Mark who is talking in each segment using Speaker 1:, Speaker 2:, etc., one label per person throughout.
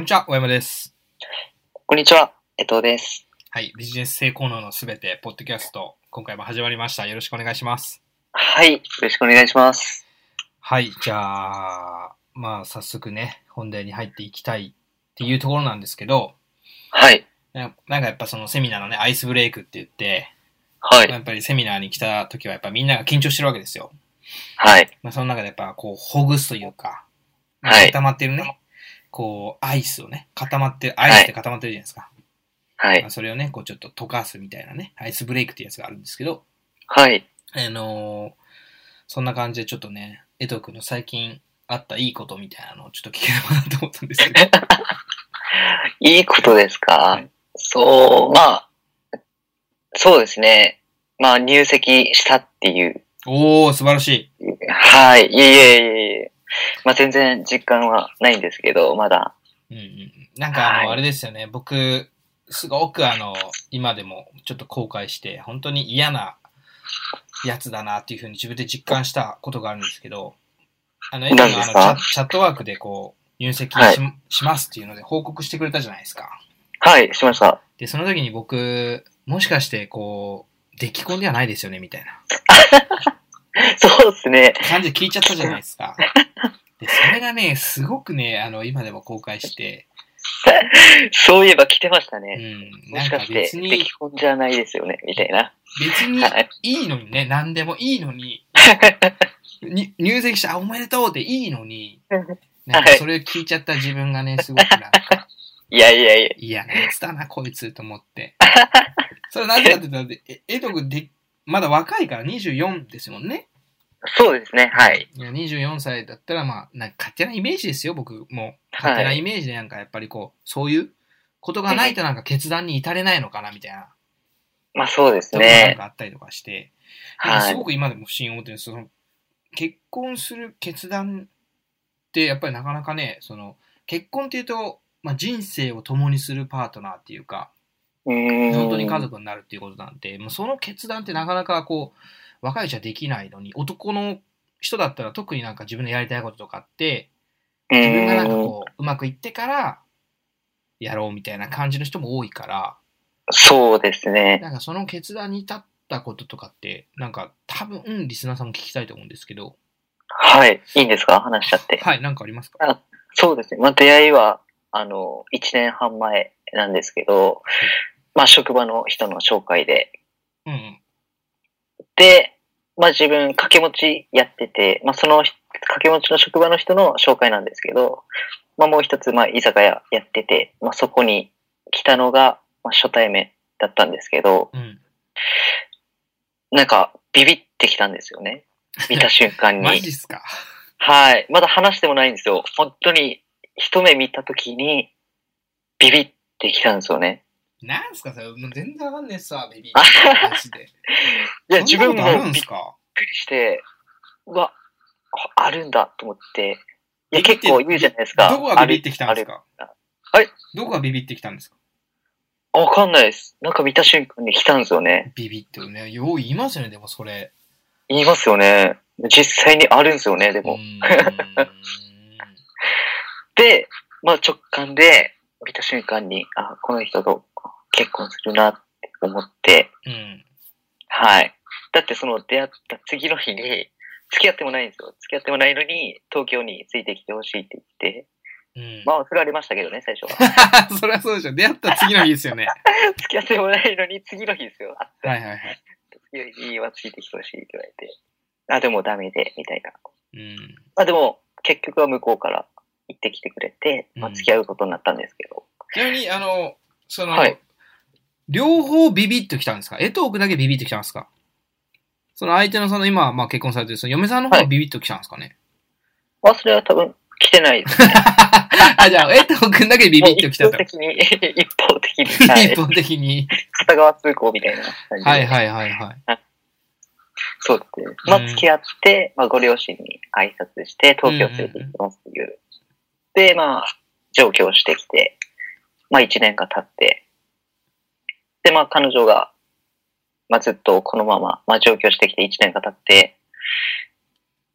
Speaker 1: にちは、小山です。
Speaker 2: こんにちは、江藤です。
Speaker 1: はい、ビジネス性効能のすべて、ポッドキャスト、今回も始まりました。よろしくお願いします。
Speaker 2: はい、よろしくお願いします。
Speaker 1: はい、じゃあ、まあ、早速ね、本題に入っていきたいっていうところなんですけど、
Speaker 2: はい、
Speaker 1: ななんかやっぱそのセミナーのね、アイスブレイクって言って、
Speaker 2: は
Speaker 1: まあや
Speaker 2: い、
Speaker 1: っぱりセミナーに来た時はやっぱみんなが緊張してるわけですよ。
Speaker 2: はい、
Speaker 1: まあ、その中でやっぱこう、ほぐすというか、
Speaker 2: はい
Speaker 1: 固まってるね、こう、アイスをね、固まってる、アイスって固まってるじゃないですか。
Speaker 2: は
Speaker 1: ま
Speaker 2: い、
Speaker 1: あ、それをね、こうちょっと溶かすみたいなね、アイスブレイクっていうやつがあるんですけど、
Speaker 2: はい、
Speaker 1: あのーそんな感じでちょっとね、江藤君の最近あったいいことみたいなのをちょっと聞ければなと思ったんですけど。
Speaker 2: いいことです
Speaker 1: は
Speaker 2: か
Speaker 1: い
Speaker 2: そう、まあ、そうですね。まあ、入籍したっていう。
Speaker 1: おー、素晴らしい。
Speaker 2: はい、いえいえいえいえ。まあ、全然実感はないんですけど、まだ。
Speaker 1: うんうん、なんかあ
Speaker 2: は
Speaker 1: の、
Speaker 2: い
Speaker 1: あれですよね、僕、すごくあの、今でもちょっと後悔して、本当に嫌なやつだなっていうふうに自分で実感したことがあるんですけど、あの、江藤
Speaker 2: 何
Speaker 1: 君
Speaker 2: で
Speaker 1: あ
Speaker 2: す
Speaker 1: の
Speaker 2: か
Speaker 1: チャ、チャットワークでこう、入籍し,、
Speaker 2: はい
Speaker 1: しますっていうので報告してくれたじゃないですか。
Speaker 2: はい、しました。
Speaker 1: で、その時に僕、もしかして、こう、出来婚ではないですよね、みたいな
Speaker 2: そうですね。
Speaker 1: 感じで聞いちゃったじゃないです か。で、それがね、すごくね、あの、今でも公開して、
Speaker 2: そういえば来てました
Speaker 1: う
Speaker 2: ね。
Speaker 1: ん、
Speaker 2: も
Speaker 1: な
Speaker 2: し
Speaker 1: ん
Speaker 2: か
Speaker 1: か
Speaker 2: して、
Speaker 1: 別
Speaker 2: 出
Speaker 1: に
Speaker 2: 来、婚じゃないですよね、みたいな。
Speaker 1: 別に
Speaker 2: はい
Speaker 1: いいのにね、何でもいいの に、に入籍した、あおめでとうでいいのに、なんかそれを聞いちゃった自分がね、すごくなんか、
Speaker 2: いやいやいや。
Speaker 1: い やなやつだな、こいつ、と思って。それなぜかって言ったら、え江戸君で、まだ若いから24ですもんね。
Speaker 2: そうですね、はい。
Speaker 1: いや24歳だったら、まあ、なんか勝手なイメージですよ、僕も。勝手なイメージで、なんかやっぱりこう、そういうことがないとなんか決断に至れないのかな、みたい な、
Speaker 2: まあ、そうです
Speaker 1: ところがなん
Speaker 2: ね。
Speaker 1: かあったりとかして、なんか
Speaker 2: は
Speaker 1: す
Speaker 2: い
Speaker 1: ご。く今でも不審を持ってるんですその結婚する決断って、やっぱりなかなかね、その、結婚っていうと、まあ、人生を共にするパートナーっていうか、
Speaker 2: 本
Speaker 1: 本当に家族になるっていうことなんで、もうその決断ってなかなかこう、若いうちはできないのに、男の人だったら特になんか自分のやりたいこととかって、自分がなんかこう、うまくいってから、やろうみたいな感じの人も多いから、
Speaker 2: そうですね。
Speaker 1: なんかその決断に至ったこととかって、なんか多分、リスナーさんも聞きたいと思うんですけど、
Speaker 2: はい。いいんですか話しちゃって。
Speaker 1: はい、なんかありますか
Speaker 2: そうですね。まあ、出会いは、あの、1年半前なんですけど、まあ、職場の人の紹介で。
Speaker 1: うんうん。
Speaker 2: で、まあ、自分、掛け持ちやってて、まあ、その人、掛け持ちの職場の人の紹介なんですけど、まあ、もう一つ、まあ、居酒屋やってて、まあ、そこに来たのが、まあ、初対面だったんですけど、
Speaker 1: うん。
Speaker 2: なんか、ビビってきたんですよね。見た瞬間
Speaker 1: マ
Speaker 2: に
Speaker 1: ジ。っすか。
Speaker 2: はい。まだ話してもないんですよ。本当に、一目見たときに、ビビってきたんですよね。
Speaker 1: なんすかそれ、もう全然わかんねえっすわ、ベビー。
Speaker 2: あ
Speaker 1: マジで。
Speaker 2: いや、自
Speaker 1: そ
Speaker 2: 分
Speaker 1: ん
Speaker 2: も
Speaker 1: なことあるん
Speaker 2: び
Speaker 1: す
Speaker 2: っ
Speaker 1: か
Speaker 2: くりして、うわ、ああるんだと思って。い
Speaker 1: ビビ
Speaker 2: や、
Speaker 1: って
Speaker 2: 結構言うじゃないですか。
Speaker 1: どこがビビってきたんです
Speaker 2: か
Speaker 1: か
Speaker 2: あれ
Speaker 1: どこがビビってきたんですか
Speaker 2: わかんないです。なんか見た瞬間に来たんですよね。
Speaker 1: ビビってね、よう言いますよね、でもそれ。
Speaker 2: 言いますよね。実際にあるんですよね、で
Speaker 1: うー
Speaker 2: も。
Speaker 1: ん。
Speaker 2: で、まあ直感で、見た瞬間に、あ、この人と結婚するなって思って、
Speaker 1: うん。
Speaker 2: はい。だってその出会った次の日に、付き合ってもないんですよ。付き合ってもないのに、東京についてきてほしいって言って、
Speaker 1: うん。
Speaker 2: まあ、振られましたけどね、最初は。
Speaker 1: そりゃそうでしょ。出会った次の日ですよ ね。
Speaker 2: 付き合ってもないのに、次の日ですよ。あ
Speaker 1: はいはいはい。
Speaker 2: 次の日はついてきてほしいって言われて。あ、でもダメで、みたいな。
Speaker 1: うん。
Speaker 2: まあ、でも、結局は向こうから行ってきてくれて、ま
Speaker 1: う
Speaker 2: あ、
Speaker 1: ん
Speaker 2: 付き合うことになったんですけど。
Speaker 1: ちなみに、あの、その、
Speaker 2: はい
Speaker 1: 両方ビビってきたんですか江藤君だけビビってきたんですかその相手のその今、まあ結婚されてる、その嫁さんの方
Speaker 2: は
Speaker 1: が
Speaker 2: い
Speaker 1: ビビってきたんですかね、
Speaker 2: まあ、それは多分、来てないです。
Speaker 1: あ、じゃあ、江藤君だけビビってきた
Speaker 2: もう
Speaker 1: と。
Speaker 2: 一方的に、 一方的に、は
Speaker 1: 一
Speaker 2: い。
Speaker 1: 方的に。
Speaker 2: 片側通行みたいな感じで。
Speaker 1: はいはいはいはい。
Speaker 2: そうですね。
Speaker 1: う
Speaker 2: ま
Speaker 1: ん
Speaker 2: あ、付き合って、まあ、ご両親に挨拶して、東京連れて行きますっていう。で、まあ、上京してきて、まあ、1年が経って、で、まあ、彼女が、まあ、ずっとこのまま、まあ、上京してきて1年が経って、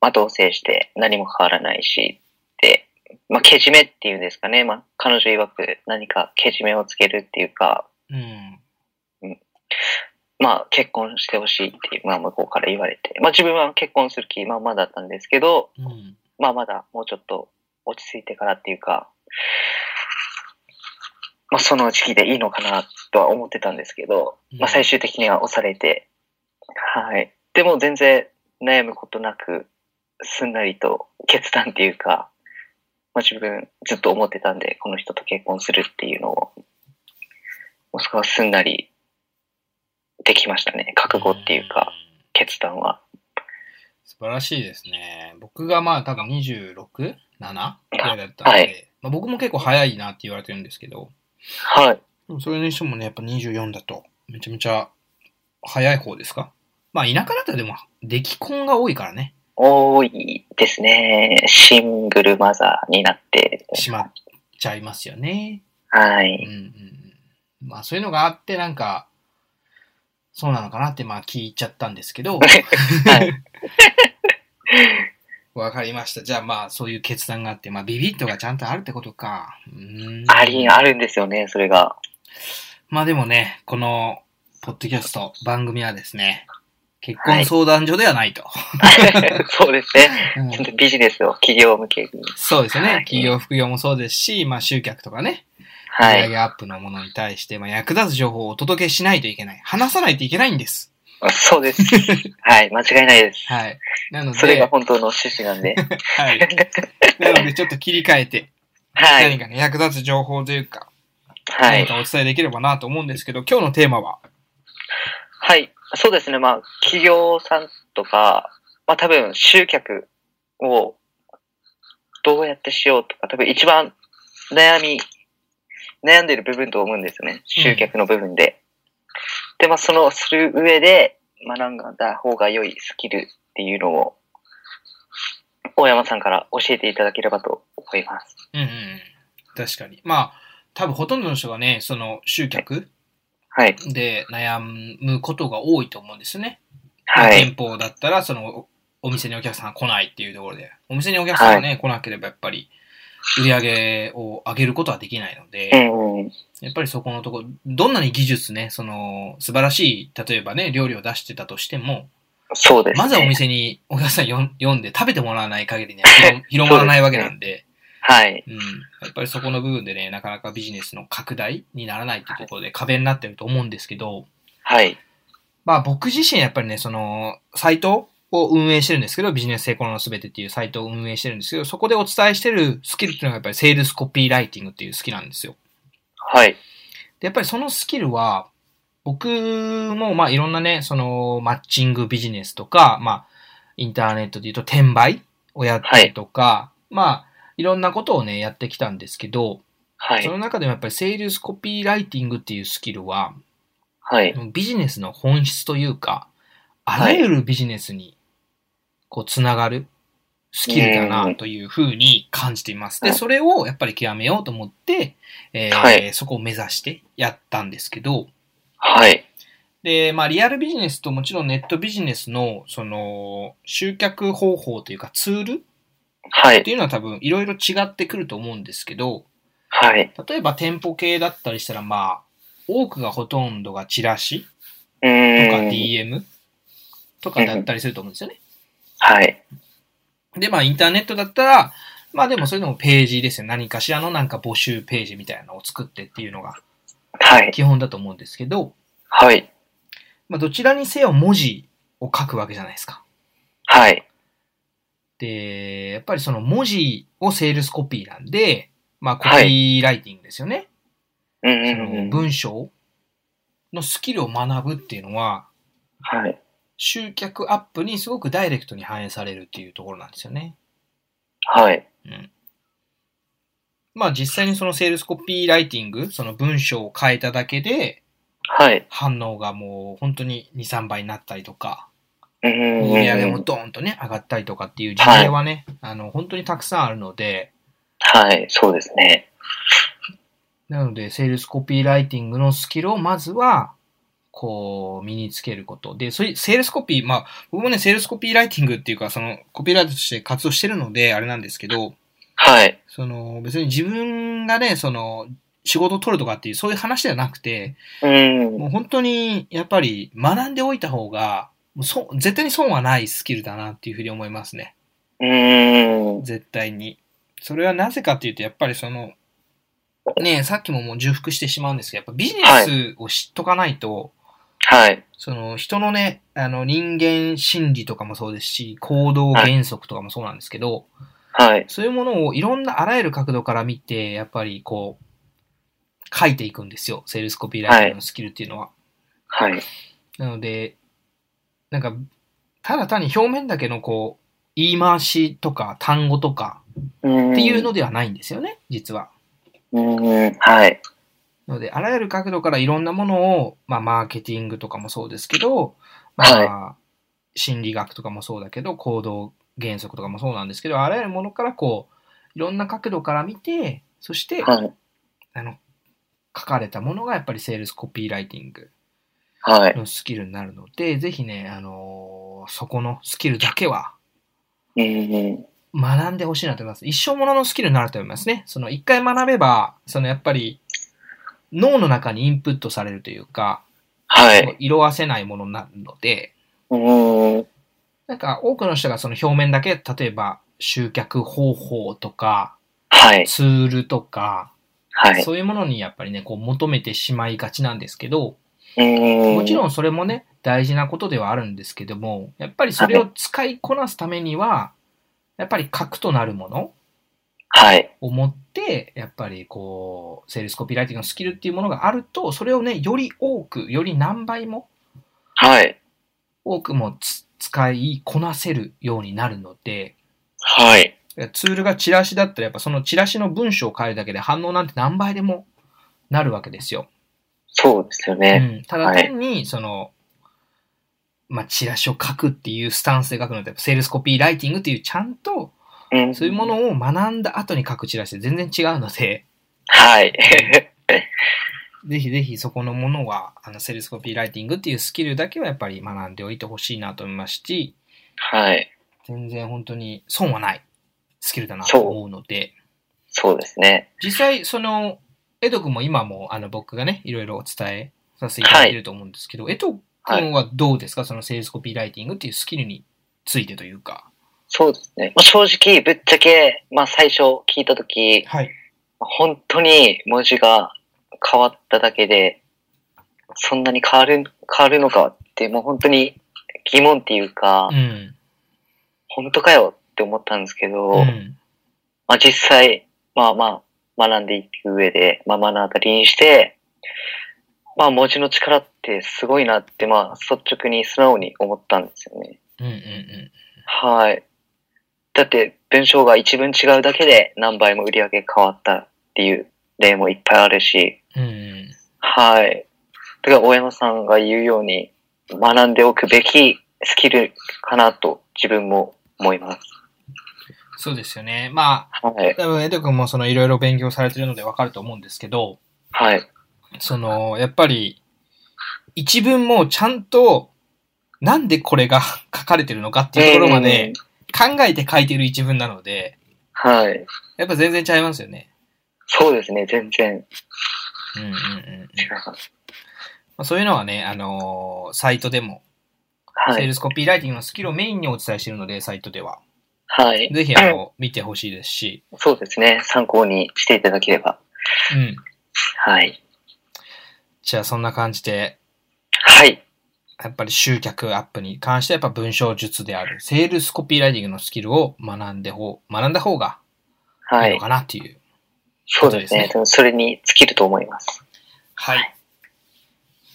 Speaker 2: まあ、同棲して何も変わらないし、で、まあ、けじめっていうんですかね。まあ、彼女曰く何かけじめをつけるっていうか、
Speaker 1: うん。
Speaker 2: まあ、結婚してほしいっていう、まあ、向こうから言われて。まあ、自分は結婚する気、まあ、まだだったんですけど、
Speaker 1: うん。
Speaker 2: まあ、まだもうちょっと落ち着いてからっていうか、まあ、その時期でいいのかなとは思ってたんですけど、まあ、最終的には押されて、はい。でも全然悩むことなく、すんなりと決断っていうか、まあ、自分ずっと思ってたんで、この人と結婚するっていうのを、もうそこはすんなりできましたね。覚悟っていうか、
Speaker 1: ん。
Speaker 2: 決断は。
Speaker 1: 素晴らしいですね。僕がまあ多分 26?7? ぐらいだったんで、
Speaker 2: はい
Speaker 1: まあ、僕も結構早いなって言われてるんですけど、
Speaker 2: はい。
Speaker 1: でもそれにしてもね、やっぱ24だと、めちゃめちゃ早い方ですかまあ田舎だったらでも、出来婚が多いからね、
Speaker 2: 多いですね。シングルマザーになって。
Speaker 1: しまっちゃいますよね。
Speaker 2: は
Speaker 1: うん
Speaker 2: い。
Speaker 1: うんうん。まあそういうのがあって、なんか、そうなのかなってまあ聞いちゃったんですけど、
Speaker 2: はい。
Speaker 1: わかりました。じゃあまあそういう決断があって、まあビビットがちゃんとあるってことか。うーん
Speaker 2: あり、あるんですよね、それが。
Speaker 1: まあでもね、この、ポッドキャスト、番組はですね、結婚相談所ではない と。
Speaker 2: そうですね。
Speaker 1: うん
Speaker 2: ちょっとビジネスを企業向けに。
Speaker 1: そうですよね。
Speaker 2: はい
Speaker 1: 企業、副業もそうですし、まあ集客とかね、
Speaker 2: は
Speaker 1: 売
Speaker 2: い。
Speaker 1: 上アップのものに対して、まあ役立つ情報をお届けしないといけない。話さないといけないんです。
Speaker 2: そう です。はい。間違いないです。
Speaker 1: はい。なので、
Speaker 2: それが本当の趣旨なん で。
Speaker 1: はい。なので、ちょっと切り替えて、
Speaker 2: は
Speaker 1: 何
Speaker 2: い。
Speaker 1: かね、役立つ情報というか、
Speaker 2: は
Speaker 1: 何
Speaker 2: い。
Speaker 1: かお伝えできればなと思うんですけど、今日のテーマは、
Speaker 2: はい。そうですね。まあ、企業さんとか、まあ多分集客をどうやってしようとか、多分一番悩み、悩んでる部分と思うんですよね。集客の部分で。で、まあその、する上で学んだ方が良いスキルっていうのを、大山さんから教えていただければと思います。
Speaker 1: うんうんうん。確かに。まあ、多分ほとんどの人がね、その集客
Speaker 2: はい。
Speaker 1: で悩むことが多いと思うんですね。
Speaker 2: はい。
Speaker 1: 店舗だったら、その、お店にお客さんが来ないっていうところで、お店にお客さんがね、来なければやっぱり、売り上げを上げることはできないの
Speaker 2: う
Speaker 1: で、
Speaker 2: んうん。
Speaker 1: やっぱりそこのところ、どんなに技術ね、その、素晴らしい、例えばね、料理を出してたとしても、
Speaker 2: そうです、ね。
Speaker 1: まずはお店にお客さんよん呼んで食べてもらわない限りね、広 広まらないわけなんで、
Speaker 2: はい。
Speaker 1: うん。やっぱりそこの部分でね、なかなかビジネスの拡大にならないっていうところで壁になってると思うんですけど、
Speaker 2: はい。
Speaker 1: まあ僕自身やっぱりね、その、サイトを運営してるんですけど、ビジネス成功のすべてっていうサイトを運営してるんですけど、そこでお伝えしてるスキルっていうのがやっぱりセールスコピーライティングっていうスキルなんですよ。
Speaker 2: はい。
Speaker 1: で、やっぱりそのスキルは、僕もまあいろんなね、その、マッチングビジネスとか、まあ、インターネットで言うと転売をやったりとか、まあ、いろんなことをね、やってきたんですけど、
Speaker 2: は
Speaker 1: その
Speaker 2: い。
Speaker 1: 中でもやっぱりセールスコピーライティングっていうスキルは、
Speaker 2: はい。
Speaker 1: ビジネスの本質というか、あらゆるビジネスに、こう、つながるスキルだな、というふうに感じています。
Speaker 2: うん
Speaker 1: で、それをやっぱり極めようと思って、えー
Speaker 2: はい
Speaker 1: そこを目指してやったんですけど、
Speaker 2: はい。
Speaker 1: で、まあ、リアルビジネスともちろんネットビジネスの、その、集客方法というかツールっ
Speaker 2: はい
Speaker 1: て。いうのは多分、いろいろ違ってくると思うんですけど、
Speaker 2: はい。
Speaker 1: 例えば店舗系だったりしたら、まあ、多くがほとんどがチラシ
Speaker 2: う
Speaker 1: とか
Speaker 2: ーん。
Speaker 1: DM とかだったりすると思うんですよね。
Speaker 2: はい。
Speaker 1: で、まあインターネットだったら、まあでもそれでもページですよ。何かしらのなんか募集ページみたいなのを作ってっていうのが
Speaker 2: はい。
Speaker 1: 基本だと思うんですけど、
Speaker 2: はい。
Speaker 1: まあどちらにせよ文字を書くわけじゃないですか。
Speaker 2: はい。
Speaker 1: で、やっぱりその文字をセールスコピーなんで、まあコピーライティングですよね。
Speaker 2: うんう
Speaker 1: その
Speaker 2: んうん。
Speaker 1: 文章のスキルを学ぶっていうのは、
Speaker 2: はい。
Speaker 1: 集客アップにすごくダイレクトに反映されるっていうところなんですよね。
Speaker 2: はい。
Speaker 1: うんまあ実際にそのセールスコピーライティング、その文章を変えただけで
Speaker 2: はい。
Speaker 1: 反応がもう本当に2、3倍になったりとか、
Speaker 2: うんうん
Speaker 1: 売
Speaker 2: うん。
Speaker 1: り上げもドーンとね、上がったりとかっていう事例はね、あの本当にたくさんあるので、
Speaker 2: はい。そうですね。
Speaker 1: なのでセールスコピーライティングのスキルをまずは、こう身につけること。で、そういうセールスコピー、まあ僕もね、セールスコピーライティングっていうか、そのコピーライターとして活動してるので、あれなんですけど、
Speaker 2: はい。
Speaker 1: その、別に自分がね、その、仕事を取るとかっていう、そういう話ではなくて、
Speaker 2: うん。
Speaker 1: もう本当に、やっぱり学んでおいた方が、もうそ絶対に損はないスキルだなっていうふうに思いますね。
Speaker 2: うん。
Speaker 1: 絶対に。それはなぜかっていうと、やっぱりその、ねさっきももう重複してしまうんですけど、やっぱビジネスを知っとかないと、
Speaker 2: はい。
Speaker 1: その人のね、あの人間心理とかもそうですし、行動原則とかもそうなんですけど、
Speaker 2: はい。
Speaker 1: そういうものをいろんなあらゆる角度から見て、やっぱりこう、書いていくんですよ。セールスコピーライターのスキルっていうのは。
Speaker 2: はい。
Speaker 1: なので、なんか、ただ単に表面だけのこう、言い回しとか単語とか
Speaker 2: うん。
Speaker 1: っていうのではないんですよね、実は。
Speaker 2: うん。はい。
Speaker 1: ので、あらゆる角度からいろんなものを、まあ、マーケティングとかもそうですけど、まあ、心理学とかもそうだけど、行動原則とかもそうなんですけど、あらゆるものからこう、いろんな角度から見て、そして、
Speaker 2: はい。
Speaker 1: あの、書かれたものがやっぱりセールスコピーライティング
Speaker 2: はい。
Speaker 1: のスキルになるので、ぜひね、あのーそこのスキルだけは
Speaker 2: うん。
Speaker 1: 学んでほしいなと思います。一生もののスキルになると思いますね。その一回学べば、そのやっぱり脳の中にインプットされるというか、
Speaker 2: はい。
Speaker 1: 色あせないものになるので、
Speaker 2: うん。
Speaker 1: なんか多くの人がその表面だけ、例えば集客方法とか、
Speaker 2: はい。
Speaker 1: ツールとか、
Speaker 2: はい。
Speaker 1: そういうものにやっぱりね、こう求めてしまいがちなんですけど、
Speaker 2: うん。
Speaker 1: もちろ
Speaker 2: ん。
Speaker 1: んそれもね、大事なことではあるんですけども、やっぱりそれを使いこなすためには、やっぱり核となるもの、
Speaker 2: はい。
Speaker 1: 思って、やっぱりこう、セールスコピーライティングのスキルっていうものがあると、それをね、より多く、より何倍も
Speaker 2: はい。
Speaker 1: 多くもつ使いこなせるようになるので、
Speaker 2: はい。
Speaker 1: ツールがチラシだったら、やっぱそのチラシの文章を変えるだけで反応なんて何倍でもなるわけですよ。
Speaker 2: そうですよ
Speaker 1: う
Speaker 2: ね。
Speaker 1: ん、ただ単に、その、まあ、チラシを書くっていうスタンスで書くのと、やっぱセールスコピーライティングっていうちゃんと、
Speaker 2: うん。
Speaker 1: そういうも。のを学んだ後に書くチラシって全然違うので、
Speaker 2: はい。
Speaker 1: ぜひぜひそこのものは、あの、セールスコピーライティングっていうスキルだけはやっぱり学んでおいてほしいなと思いますし、
Speaker 2: はい。
Speaker 1: 全然本当に損はないスキルだなと思うので、
Speaker 2: そうですね。
Speaker 1: 実際その、江戸君も今もあの僕がね、いろいろお伝えさせていただいてると思うんですけど、江戸君はどうですかそのセールスコピーライティングっていうスキルについてというか。
Speaker 2: そうですね。まあ、正直、ぶっちゃけ、まあ、最初聞いたとき、
Speaker 1: はい。
Speaker 2: 本当に文字が変わっただけで、そんなに変わる、変わるのかって、もう本当に疑問っていうか、
Speaker 1: うん。
Speaker 2: 本当かよって思ったんですけど、
Speaker 1: うん。
Speaker 2: まあ実際、まあまあ、学んでいく上で、まあ目の当たりにして、まあ文字の力ってすごいなって、まあ率直に素直に思ったんですよね。
Speaker 1: うんうんうん。
Speaker 2: はい。だって文章が一文違うだけで何倍も売り上げ変わったっていう例もいっぱいあるし、
Speaker 1: うんうん。
Speaker 2: はい。だから大山さんが言うように学んでおくべきスキルかなと自分も思います。
Speaker 1: そうですよね。まあ、
Speaker 2: はい。
Speaker 1: 多分江戸君もそのいろいろ勉強されてるのでわかると思うんですけど、
Speaker 2: はい。
Speaker 1: その、やっぱり、一文もちゃんと、なんでこれが 書かれてるのかっていうところまで考えて書いてる一文なので、
Speaker 2: はい。
Speaker 1: やっぱ全然違いますよね。
Speaker 2: そうですね、全然
Speaker 1: うんうんうん。
Speaker 2: 違います。
Speaker 1: まあそういうのはね、あのーサイトでも、
Speaker 2: は
Speaker 1: セー
Speaker 2: い。
Speaker 1: ルスコピーライティングのスキルをメインにお伝えしてるので、サイトでは。
Speaker 2: はい。
Speaker 1: ぜひ、あの、見てほしいですし、
Speaker 2: そうですね、参考にしていただければ。
Speaker 1: うん。
Speaker 2: はい。
Speaker 1: じゃあ、そんな感じで、
Speaker 2: はい。
Speaker 1: やっぱり集客アップに関してはやっぱ文章術である、セールスコピーライティングのスキルを学んでほ、学んだ方が
Speaker 2: は
Speaker 1: い
Speaker 2: い
Speaker 1: の
Speaker 2: い。
Speaker 1: かなっていう
Speaker 2: そうです
Speaker 1: そう
Speaker 2: ね
Speaker 1: で。
Speaker 2: それに尽きると思います。
Speaker 1: はい。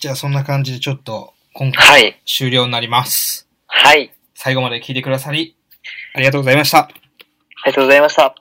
Speaker 1: じゃあそんな感じでちょっと今回
Speaker 2: はい。
Speaker 1: 終了になります。
Speaker 2: はい。
Speaker 1: 最後まで聞いてくださり、ありがとうございました。
Speaker 2: ありがとうございました。